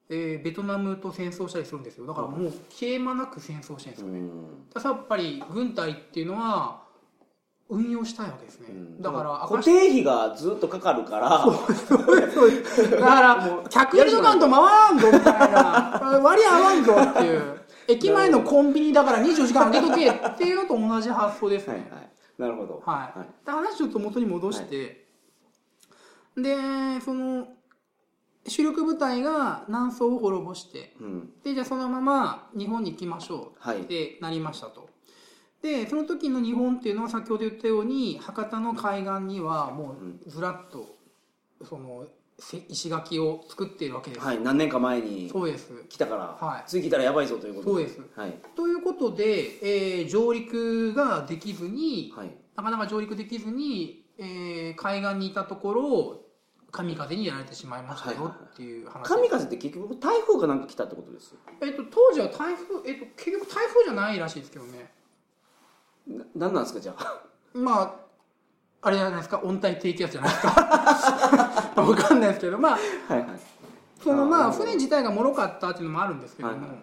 [SPEAKER 2] えーベトナムと戦争したりするんですよだからもう消え間なく戦争してるんですよね、
[SPEAKER 1] うん
[SPEAKER 2] だからやっぱり軍隊っていうのは運用したいわけですね、
[SPEAKER 1] うん
[SPEAKER 2] だから
[SPEAKER 1] 固定費がずっとかかるから
[SPEAKER 2] だから客入れとかんと回らんぞみたい な割合合わんぞっていう駅前のコンビニだから24時間開けとけっていうのと同じ発想です
[SPEAKER 1] はい
[SPEAKER 2] ね
[SPEAKER 1] はいなるほど
[SPEAKER 2] はい、
[SPEAKER 1] はい
[SPEAKER 2] で話ちょっと元に戻して、でその主力部隊が南宋を滅ぼして
[SPEAKER 1] うん
[SPEAKER 2] でじゃあそのまま日本に行きましょ
[SPEAKER 1] は
[SPEAKER 2] う
[SPEAKER 1] い
[SPEAKER 2] ってなりましたと、でその時の日本っていうのは先ほど言ったように博多の海岸にはもうずらっとそのせ石垣を作っているわけです、
[SPEAKER 1] はい何年か前に
[SPEAKER 2] そうです
[SPEAKER 1] 来たから、
[SPEAKER 2] はい
[SPEAKER 1] 次来たらやばいぞということ
[SPEAKER 2] そうです
[SPEAKER 1] はい
[SPEAKER 2] ということで、えー上陸ができずに、
[SPEAKER 1] はい
[SPEAKER 2] なかなか上陸できずに、えー海岸にいたところ神風にやられてしまいました
[SPEAKER 1] はい
[SPEAKER 2] よ
[SPEAKER 1] はいはい
[SPEAKER 2] っていう話、
[SPEAKER 1] 神風って結局台風がなんか来たってことです
[SPEAKER 2] えっと、当時は台風、えっと、結局台風じゃないらしいですけどね
[SPEAKER 1] な何なんですかじゃあ
[SPEAKER 2] まああれじゃないですか温帯低気圧じゃないですかわかん ないですけどまあ
[SPEAKER 1] はいはい
[SPEAKER 2] そのま
[SPEAKER 1] あ
[SPEAKER 2] あ
[SPEAKER 1] ー
[SPEAKER 2] 船自体が脆かったっていうのもあるんですけど
[SPEAKER 1] はい
[SPEAKER 2] も
[SPEAKER 1] はい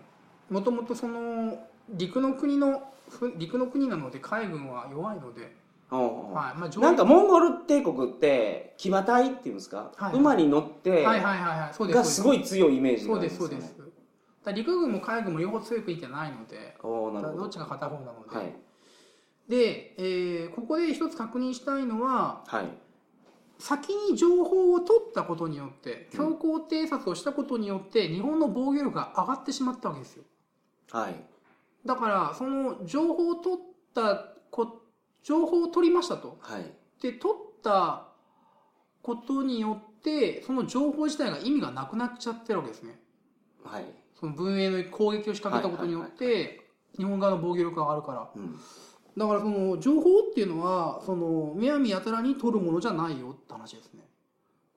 [SPEAKER 2] もともとその陸の国のふ陸の国なので海軍は弱いので、
[SPEAKER 1] おうおう
[SPEAKER 2] はいまあ、上陸
[SPEAKER 1] なんかモンゴル帝国って騎馬隊っていうんですか、
[SPEAKER 2] はい
[SPEAKER 1] 馬に乗って
[SPEAKER 2] はいはいはいはいそうです
[SPEAKER 1] がすごい強いイメージが
[SPEAKER 2] そ
[SPEAKER 1] あ
[SPEAKER 2] う
[SPEAKER 1] るん
[SPEAKER 2] で
[SPEAKER 1] ですす
[SPEAKER 2] そ
[SPEAKER 1] よ
[SPEAKER 2] う
[SPEAKER 1] ね
[SPEAKER 2] ですだから陸軍も海軍も両方強い国じゃないので
[SPEAKER 1] おおな
[SPEAKER 2] だ
[SPEAKER 1] る
[SPEAKER 2] から
[SPEAKER 1] ほ
[SPEAKER 2] どっ
[SPEAKER 1] ど
[SPEAKER 2] ちが片方なので、
[SPEAKER 1] はい
[SPEAKER 2] で、えーここで一つ確認したいのは
[SPEAKER 1] はい
[SPEAKER 2] 先に情報を取ったことによって強行偵察をしたことによって日本の防御力が上がってしまったわけですよ
[SPEAKER 1] はい
[SPEAKER 2] だからその情報を取ったこ情報を取りましたと
[SPEAKER 1] はい
[SPEAKER 2] で取ったことによってその情報自体が意味がなくなっちゃってるわけですね
[SPEAKER 1] はい、
[SPEAKER 2] その文英の攻撃を仕掛けたことによって日本側の防御力が上がるから
[SPEAKER 1] うん、
[SPEAKER 2] だからその情報っていうのはそのむやみやたらに取るものじゃないよって話ですね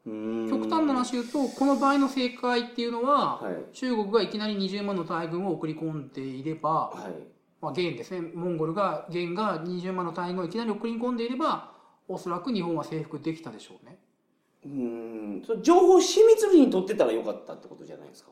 [SPEAKER 1] うーん
[SPEAKER 2] 極端な話言うとこの場合の正解っていうのは、
[SPEAKER 1] はい
[SPEAKER 2] 中国がいきなり20万の大軍を送り込んでいれば、
[SPEAKER 1] はい
[SPEAKER 2] まあ、元ですねモンゴルが元が20万の大軍をいきなり送り込んでいればおそらく日本は征服できたでしょうね
[SPEAKER 1] うーんそれ情報を秘密裏に取ってたらよかったってことじゃないですか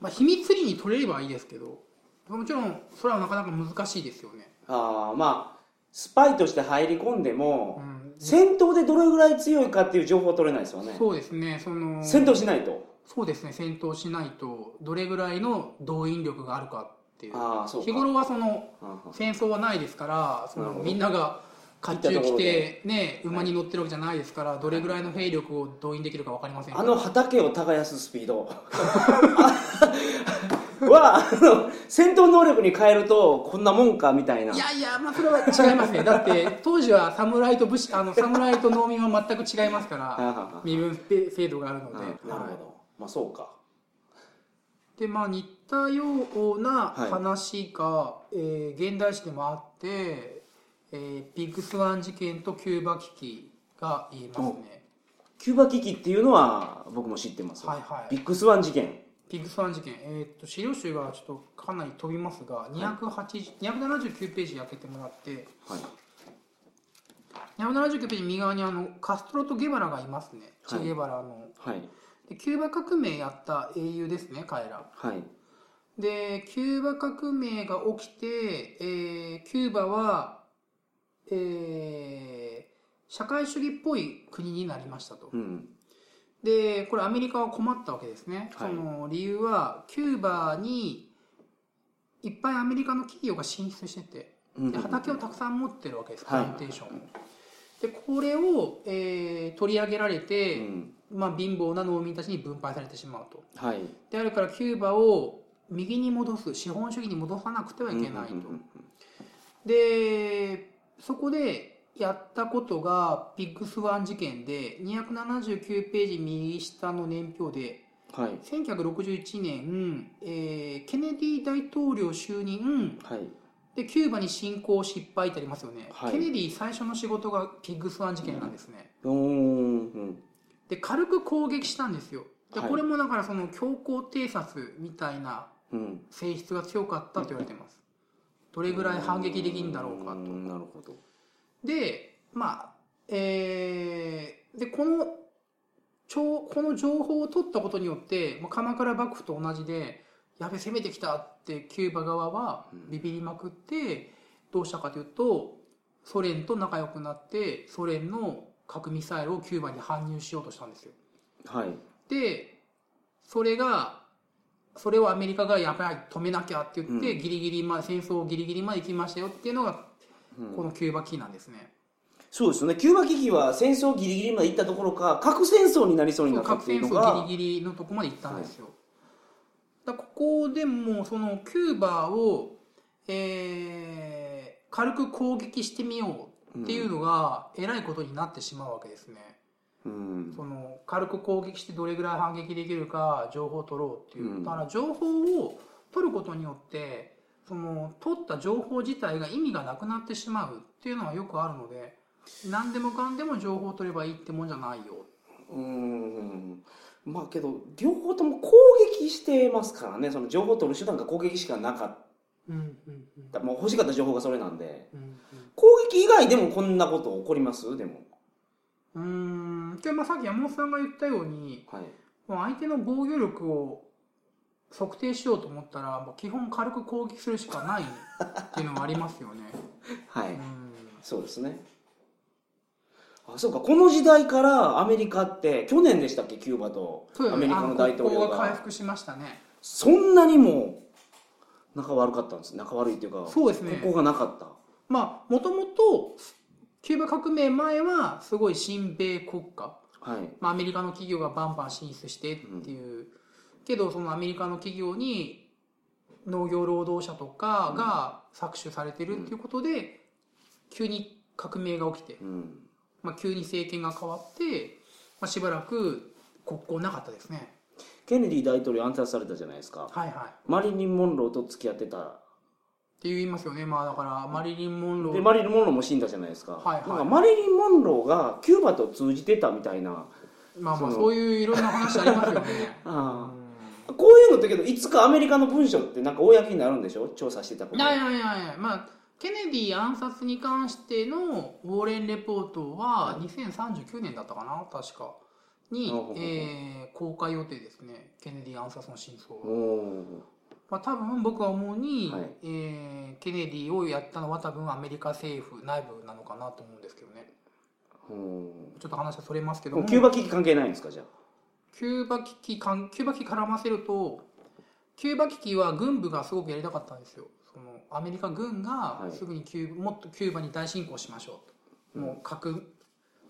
[SPEAKER 2] まあ秘密裏に取れればいいですけどもちろんそれはなかなか難しいですよね、
[SPEAKER 1] ああまあスパイとして入り込んで
[SPEAKER 2] う
[SPEAKER 1] も、
[SPEAKER 2] ん、
[SPEAKER 1] 戦闘でどれぐらい強いかっていう情報は取れないですよね
[SPEAKER 2] そうですねその
[SPEAKER 1] 戦闘しないと
[SPEAKER 2] そうですね戦闘しないとどれぐらいの動員力があるかっていう
[SPEAKER 1] ああそうか
[SPEAKER 2] 日頃はその
[SPEAKER 1] はんはん
[SPEAKER 2] 戦争はないですからそ
[SPEAKER 1] なる
[SPEAKER 2] の
[SPEAKER 1] ほど
[SPEAKER 2] みんなが甲冑
[SPEAKER 1] 行ったとこ
[SPEAKER 2] 着
[SPEAKER 1] ろ
[SPEAKER 2] て
[SPEAKER 1] で、
[SPEAKER 2] ね、馬に乗ってるわけじゃないですからどれぐらいの兵力を動員できるか分かりませんか
[SPEAKER 1] あ
[SPEAKER 2] ら
[SPEAKER 1] の畑を耕すスピードはあの戦闘能力に変えるとこんなもんかみたいない
[SPEAKER 2] やいや、まあ、それは違いますねだ って当時は侍と武士あの侍と農民は全く違いますか
[SPEAKER 1] はいはい
[SPEAKER 2] ら
[SPEAKER 1] はい
[SPEAKER 2] 身分制制度があるの
[SPEAKER 1] う
[SPEAKER 2] で
[SPEAKER 1] んなるほど、
[SPEAKER 2] はい
[SPEAKER 1] まあそうか
[SPEAKER 2] でまあ似たような
[SPEAKER 1] はい
[SPEAKER 2] 話が、えー現代史でもあって、えービッグスワン事件とキューバ危機が言えますね
[SPEAKER 1] キューバ危機っていうのは僕も知ってます、
[SPEAKER 2] はいはい
[SPEAKER 1] ビッグスワン事件
[SPEAKER 2] ビッグスワン事件、えーっと資料集がちょっとかなり飛びますが280 279ページ開けてもらって
[SPEAKER 1] はい
[SPEAKER 2] 279ページ右側にあのカストロとゲバラがいますねチェ・ゲバラの、
[SPEAKER 1] はい
[SPEAKER 2] でキューバ革命やった英雄ですね彼ら
[SPEAKER 1] はい
[SPEAKER 2] でキューバ革命が起きて、えーキューバは、えー社会主義っぽい国になりましたと
[SPEAKER 1] うん
[SPEAKER 2] でこれアメリカは困ったわけですね、
[SPEAKER 1] はい
[SPEAKER 2] その理由はキューバにいっぱいアメリカの企業が進出してて
[SPEAKER 1] うん
[SPEAKER 2] で畑をたくさん持ってるわけです
[SPEAKER 1] はい
[SPEAKER 2] プランテーションを、でこれを、えー取り上げられ
[SPEAKER 1] う
[SPEAKER 2] て、
[SPEAKER 1] ん
[SPEAKER 2] まあ、貧乏な農民たちに分配されてしまうと
[SPEAKER 1] はい
[SPEAKER 2] であるからキューバを右に戻す資本主義に戻さなくてはいけないと、
[SPEAKER 1] うんうんうん
[SPEAKER 2] でそこでやったことがピッグスワン事件で279ページ右下の年表で
[SPEAKER 1] うんはい
[SPEAKER 2] 1961年、えーケネディ大統領就任
[SPEAKER 1] はい
[SPEAKER 2] でキューバに侵攻失敗ってありますよね、
[SPEAKER 1] はい
[SPEAKER 2] ケネディ最初の仕事がピッグスワン事件なんですね、
[SPEAKER 1] うーんうん
[SPEAKER 2] で軽く攻撃したんですよで
[SPEAKER 1] はい
[SPEAKER 2] これもだからその強行偵察みたいな
[SPEAKER 1] うん
[SPEAKER 2] 性質が強かったと言われてますどれぐらい反撃できるんだろうか
[SPEAKER 1] ー
[SPEAKER 2] と
[SPEAKER 1] んなるほど
[SPEAKER 2] でまあえーでこの情この情報を取ったことによって、まあ、鎌倉幕府と同じでやべ攻めてきたってキューバ側は
[SPEAKER 1] うん
[SPEAKER 2] ビビりまくってどうしたかというとソ連と仲良くなってソ連の核ミサイルをキューバに搬入しようとしたんですよ
[SPEAKER 1] はい
[SPEAKER 2] でそれがそれをアメリカがやばい止めなきゃって言って、
[SPEAKER 1] うん
[SPEAKER 2] ギリギリまで戦争ギリギリまで行きましたよっていうのが
[SPEAKER 1] うん
[SPEAKER 2] このキューバキーなんですね、
[SPEAKER 1] そうですよねキューバ危機は戦争ギリギリまで行ったところか核戦争になりそうになった
[SPEAKER 2] 核
[SPEAKER 1] ってい
[SPEAKER 2] 戦
[SPEAKER 1] うのが
[SPEAKER 2] 争ギリギリのとこまで行ったんですよ、だからここでもうそのキューバを、えー軽く攻撃してみようっていうのがえらいことになってしまうわけですね、
[SPEAKER 1] うん
[SPEAKER 2] その軽く攻撃してどれぐらい反撃できるか情報を取ろうっていう、
[SPEAKER 1] うん
[SPEAKER 2] だから情報を取ることによってその取った情報自体が意味がなくなってしまうっていうのはよくあるので何でもかんでも情報を取ればいいってもんじゃないよ
[SPEAKER 1] うんまあけど両方とも攻撃してますからねその情報を取る手段が攻撃しかなかっ
[SPEAKER 2] うんうんうん
[SPEAKER 1] た、まあ、欲しかった情報がそれなんで
[SPEAKER 2] うん
[SPEAKER 1] 攻撃以外でもこんなこと起こりますでも
[SPEAKER 2] うんうーんでまあさっき山本さんが言ったように
[SPEAKER 1] はい
[SPEAKER 2] もう相手の防御力を測定しようと思ったらもう基本軽く攻撃するしかないっていうのはありますよね。
[SPEAKER 1] は
[SPEAKER 2] う
[SPEAKER 1] い
[SPEAKER 2] ん
[SPEAKER 1] そうですねあそうかこの時代からアメリカって去年でしたっけキューバと
[SPEAKER 2] そうよ
[SPEAKER 1] ア
[SPEAKER 2] ね
[SPEAKER 1] メリカの大統領
[SPEAKER 2] あの国交が回
[SPEAKER 1] が
[SPEAKER 2] 復しましたね
[SPEAKER 1] そんなにも仲悪かったんです仲悪いっていうか
[SPEAKER 2] そうですね
[SPEAKER 1] ここがなかった
[SPEAKER 2] まあもともとキューバ革命前はすごい親米国家、
[SPEAKER 1] はい
[SPEAKER 2] まあ、アメリカの企業がバンバン進出してっていう、けどそのアメリカの企業に農業労働者とかが搾取されてるっていうことで、急に革命が起きて、
[SPEAKER 1] うん
[SPEAKER 2] まあ、急に政権が変わって、まあ、しばらく国交なかったですね
[SPEAKER 1] ケネディ大統領暗殺されたじゃないですか
[SPEAKER 2] はいはい
[SPEAKER 1] マリリン・モンローと付き合ってた
[SPEAKER 2] って言いますよねまあだからマリリン・モンロ
[SPEAKER 1] で
[SPEAKER 2] ー
[SPEAKER 1] マリリン・モンローも死んだじゃないですか,、
[SPEAKER 2] はいはい
[SPEAKER 1] なんかマリリン・モンローがキューバと通じてたみたいな
[SPEAKER 2] まあまあ
[SPEAKER 1] その
[SPEAKER 2] そういういろんな話ありますよね
[SPEAKER 1] あ
[SPEAKER 2] うん
[SPEAKER 1] こういうのってけどいつかアメリカの文書ってなんか公になるんでしょ調査してたこ
[SPEAKER 2] い
[SPEAKER 1] と
[SPEAKER 2] やいやいやいやまあケネディ暗殺に関してのウォーレンレポートは2039年だったかな確かに
[SPEAKER 1] ほうほうほ、う
[SPEAKER 2] えー公開予定ですねケネディ暗殺の真相
[SPEAKER 1] お
[SPEAKER 2] は、
[SPEAKER 1] お
[SPEAKER 2] まあ、多分僕は思うに、
[SPEAKER 1] はい
[SPEAKER 2] えーケネディをやったのは多分アメリカ政府内部なのかなと思うんですけどね
[SPEAKER 1] ーお
[SPEAKER 2] ちょっと話はそれますけ
[SPEAKER 1] ー
[SPEAKER 2] ど
[SPEAKER 1] も
[SPEAKER 2] も
[SPEAKER 1] うキューバ危機関係ないんですかじゃあ
[SPEAKER 2] キューバ危機かんキューバ危機絡ませるとキューバ危機は軍部がすごくやりたかったんですよそのアメリカ軍が
[SPEAKER 1] はい
[SPEAKER 2] すぐにキューバもっとキューバに大侵攻しましょう
[SPEAKER 1] う
[SPEAKER 2] と、
[SPEAKER 1] ん
[SPEAKER 2] もう核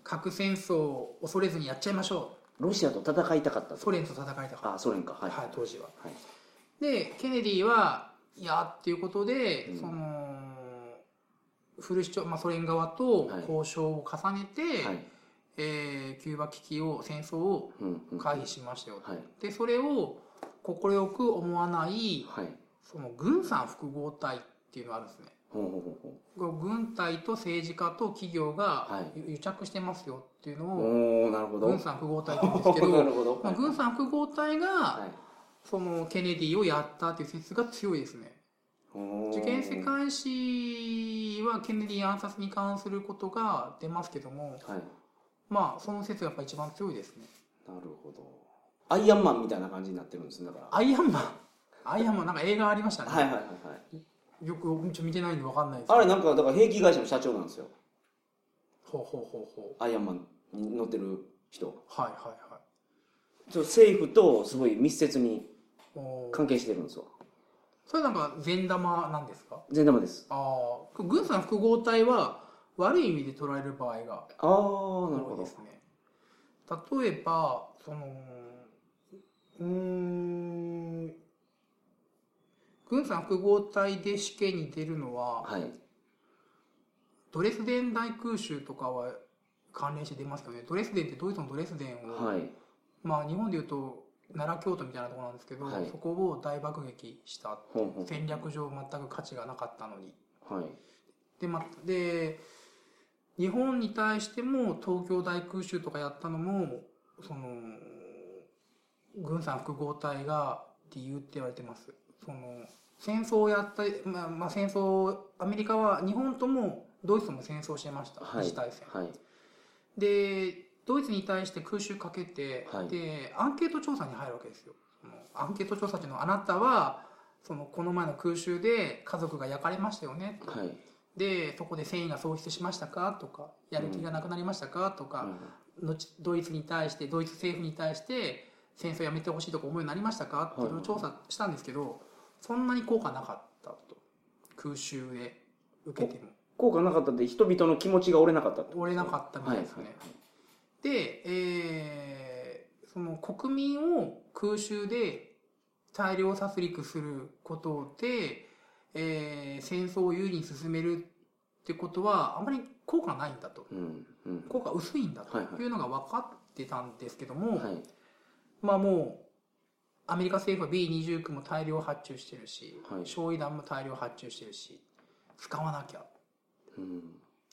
[SPEAKER 2] 核戦争を恐れずにやっちゃいましょ
[SPEAKER 1] ロシアと戦いたかった
[SPEAKER 2] う
[SPEAKER 1] と
[SPEAKER 2] ソ連と戦いたかった、
[SPEAKER 1] あソ連かはい、
[SPEAKER 2] はい、当時は
[SPEAKER 1] はい
[SPEAKER 2] でケネディはいやっていうことで、
[SPEAKER 1] うん
[SPEAKER 2] そのフルシチョ、まあ、ソ連側と交渉を重ねて、
[SPEAKER 1] はい
[SPEAKER 2] えーキューバ危機を戦争を
[SPEAKER 1] うんうんはい
[SPEAKER 2] 回避しましたよと
[SPEAKER 1] はい
[SPEAKER 2] でそれを快く思わないその軍産複合体っていうのがあるんですね
[SPEAKER 1] ほうほうほうほ
[SPEAKER 2] これ軍隊と政治家と企
[SPEAKER 1] は
[SPEAKER 2] 業が癒着してますよっていう
[SPEAKER 1] う
[SPEAKER 2] のを
[SPEAKER 1] おおなるほど
[SPEAKER 2] 軍産複合体って言うんです け
[SPEAKER 1] な
[SPEAKER 2] ど
[SPEAKER 1] るほど、
[SPEAKER 2] まあ軍産複合体が
[SPEAKER 1] はい
[SPEAKER 2] そのケネディをやったっていう説が強いですね
[SPEAKER 1] おー
[SPEAKER 2] 受験世界史はケネディ暗殺に関することが出ますけども
[SPEAKER 1] はい
[SPEAKER 2] まあその説がやっぱ一番強いですね
[SPEAKER 1] なるほど。アイアンマンみたいな感じになってるんですね。だから。
[SPEAKER 2] アイアンマンアイアンマンなんか映画ありましたね、
[SPEAKER 1] はいはいはいはい。
[SPEAKER 2] よくちょっと見てないんで分かんないですけど
[SPEAKER 1] あれなんかだから兵器会社の社長なんですよ。
[SPEAKER 2] ほうほうほうほ
[SPEAKER 1] アイアンマンに乗ってる人。
[SPEAKER 2] うはいはいは
[SPEAKER 1] ちょっと政府とすごい密接に
[SPEAKER 2] いおー
[SPEAKER 1] 関係してるんですよ。
[SPEAKER 2] それなんか善玉なんですか
[SPEAKER 1] 全玉です。
[SPEAKER 2] ああ軍産複合体は悪い意味で捉える場合が
[SPEAKER 1] ああなるほ
[SPEAKER 2] 多
[SPEAKER 1] ど
[SPEAKER 2] いですね。例えばそのうーん軍産複合体で試験に出るのは、
[SPEAKER 1] はい
[SPEAKER 2] ドレスデン大空襲とかは関連して出ますけどねドレスデンってドイツのドレスデンを、
[SPEAKER 1] はい
[SPEAKER 2] まあ日本でいうと奈良京都みたいなところなんですけど、
[SPEAKER 1] はい
[SPEAKER 2] そこを大爆撃した
[SPEAKER 1] ほんほ
[SPEAKER 2] 戦略上全く価値がなかったのに
[SPEAKER 1] んはい
[SPEAKER 2] で,、ま、で日本に対しても東京大空襲とかやったのもその軍産複合体が理由って言われてますその戦争をやった、まあまあ、戦争アメリカは日本ともドイツとも戦争してました、
[SPEAKER 1] はい
[SPEAKER 2] 一次大戦
[SPEAKER 1] はい
[SPEAKER 2] でドイツに対して空襲かけて、
[SPEAKER 1] はい
[SPEAKER 2] でアンケート調査に入るわけですよそのアンケート調査っていうのはあなたはそのこの前の空襲で家族が焼かれましたよね
[SPEAKER 1] はい
[SPEAKER 2] でそこで戦意が喪失しましたかとかやる気がなくなりましたかと
[SPEAKER 1] う
[SPEAKER 2] か、
[SPEAKER 1] ん
[SPEAKER 2] 後ドイツに対してドイツ政府に対して戦争やめてほしいとか思うようになりましたかっていうのを調査したんですけど、そんなに効果なかったと空襲で受けても
[SPEAKER 1] 効果なかったって人々の気持ちが折れなかったってこと
[SPEAKER 2] 折れなかったみたいですね。で、えーその国民を空襲で大量殺戮することで、えー戦争を有利に進めるってことはあまり効果ないんだと
[SPEAKER 1] うんうん
[SPEAKER 2] 効果薄いんだ
[SPEAKER 1] はいはい
[SPEAKER 2] というのが分かってたんですけども、
[SPEAKER 1] はい
[SPEAKER 2] まあもうアメリカ政府は B29 も大量発注してるし、
[SPEAKER 1] はい
[SPEAKER 2] 焼夷弾も大量発注してるし使わなきゃっ
[SPEAKER 1] うん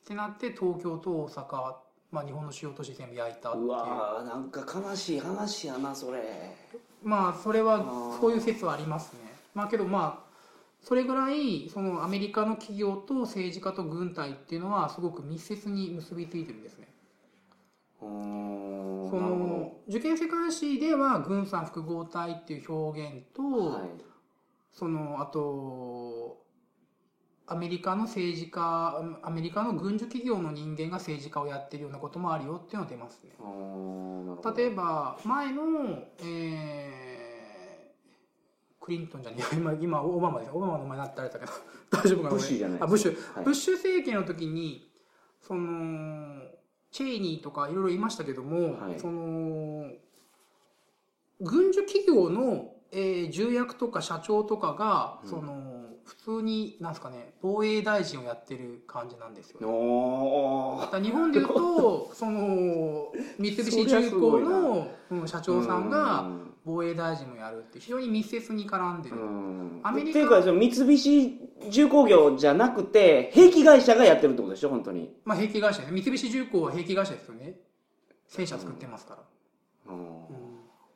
[SPEAKER 2] てなって東京と大阪、まあ、日本の主要都市全部焼いたっていうう
[SPEAKER 1] わーなんか悲しい話やなそれ
[SPEAKER 2] まあそれは
[SPEAKER 1] あー
[SPEAKER 2] そういう説はありますねまあけどまあそれぐらいそのアメリカの企業と政治家と軍隊っていうのはすごく密接に結びついてるんですね
[SPEAKER 1] そ
[SPEAKER 2] そ
[SPEAKER 1] の
[SPEAKER 2] の受験世界史では軍産複合体っていう表現と、
[SPEAKER 1] はい
[SPEAKER 2] そのあとアメリカの政治家アメリカの軍需企業の人間が政治家をやってるようなこともあるよっていうのが出ますね
[SPEAKER 1] あーなるほど
[SPEAKER 2] 例えば前の、えークリントンじゃねえ 今今オバマですオバマの前になってあれだけど 大丈夫かな
[SPEAKER 1] ブッシュじゃない
[SPEAKER 2] あブッシュ、
[SPEAKER 1] はい
[SPEAKER 2] ブッシュ政権の時にそのチェイニーとかいろいろいましたけども、
[SPEAKER 1] はい
[SPEAKER 2] その軍需企業の、えー重役とか社長とかが、
[SPEAKER 1] うん
[SPEAKER 2] その普通になんですかね防衛大臣をやってる感じなんですよね
[SPEAKER 1] おー
[SPEAKER 2] だから日本でいう とその三菱重工のうん社長さんが防衛大臣もやるって非常に密接に絡んで
[SPEAKER 1] う
[SPEAKER 2] る、
[SPEAKER 1] ん
[SPEAKER 2] アメ
[SPEAKER 1] っ
[SPEAKER 2] リカ
[SPEAKER 1] ていうかその三菱重工業じゃなくて兵器会社がやってるってことでしょ本当に
[SPEAKER 2] まあ兵器会社ね三菱重工は兵器会社ですよね戦車作ってますから、
[SPEAKER 1] うん
[SPEAKER 2] うん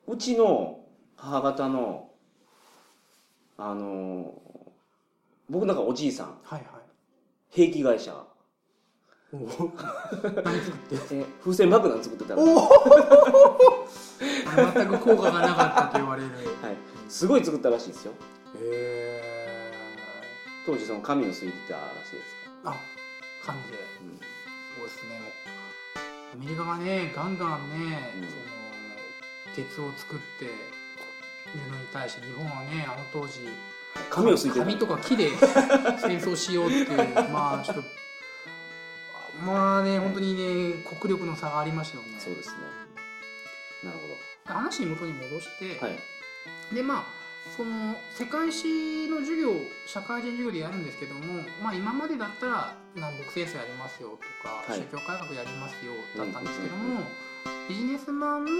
[SPEAKER 1] うちの母方のあのー僕なんかおじいさん
[SPEAKER 2] はいはい
[SPEAKER 1] 兵器会社
[SPEAKER 2] おお何作って
[SPEAKER 1] え風船爆弾作ってたの、はい、
[SPEAKER 2] おお全く効果がなかったと言われる
[SPEAKER 1] すごい作ったらしいですよ
[SPEAKER 2] へ
[SPEAKER 1] 当時その神を過いてたらしいです
[SPEAKER 2] ーあ感じで
[SPEAKER 1] うん
[SPEAKER 2] そうですねもうアメリカがねガンガンね、
[SPEAKER 1] うん
[SPEAKER 2] その鉄を作ってるのに対して日本はねあの当時
[SPEAKER 1] 神を過いてた
[SPEAKER 2] 紙と か木で戦争しようっていうまあちょっとまあね本当にね国力の差がありましたよね
[SPEAKER 1] そうですねなる
[SPEAKER 2] 話に元に戻して、
[SPEAKER 1] ほどはい
[SPEAKER 2] でまあその世界史の授業社会人授業でやるんですけども、まあ、今までだったら南北戦争やりますよとか、
[SPEAKER 1] はい
[SPEAKER 2] 宗教改革やりますよだったんですけど
[SPEAKER 1] うんうん
[SPEAKER 2] も、ビジネスマンの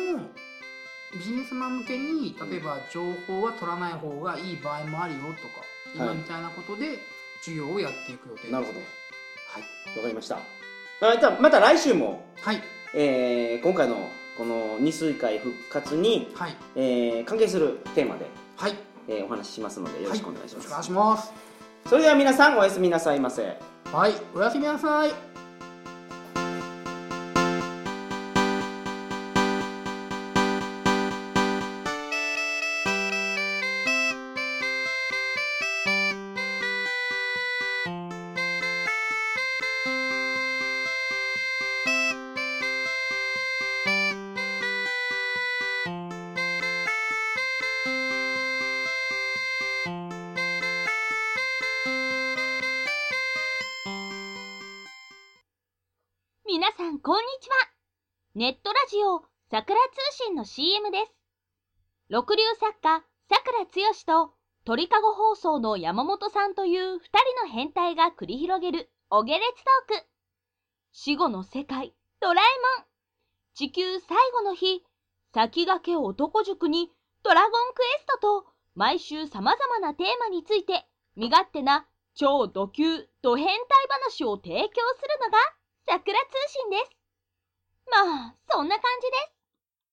[SPEAKER 2] ビジネスマン向けに例えば情報は取らない方がいい場合もあるよとか、
[SPEAKER 1] はい
[SPEAKER 2] 今みたいなことで授業をやっていく予定です、ね、
[SPEAKER 1] なるほど
[SPEAKER 2] はい、
[SPEAKER 1] わかりましたあじゃあまた来週も、
[SPEAKER 2] はい
[SPEAKER 1] えー今回のこの二水会復活に、
[SPEAKER 2] はい
[SPEAKER 1] えー関係するテーマで、
[SPEAKER 2] はい
[SPEAKER 1] えーお話ししますのでよろしくお願いします、
[SPEAKER 2] はい、よろくお願いします
[SPEAKER 1] それでは皆さんおやすみなさいませ
[SPEAKER 2] はいおやすみなさい
[SPEAKER 3] 皆さん、こんにちは。ネットラジオ、桜通信の CM です。六流作家、桜つよしと、鳥かご放送の山本さんという二人の変態が繰り広げる、お下列トーク。死後の世界、ドラえもん。地球最後の日、先駆け男塾に、ドラゴンクエストと、毎週様々なテーマについて、身勝手な超ド級ド変態話を提供するのが桜通信です。まあ、そんな感じです。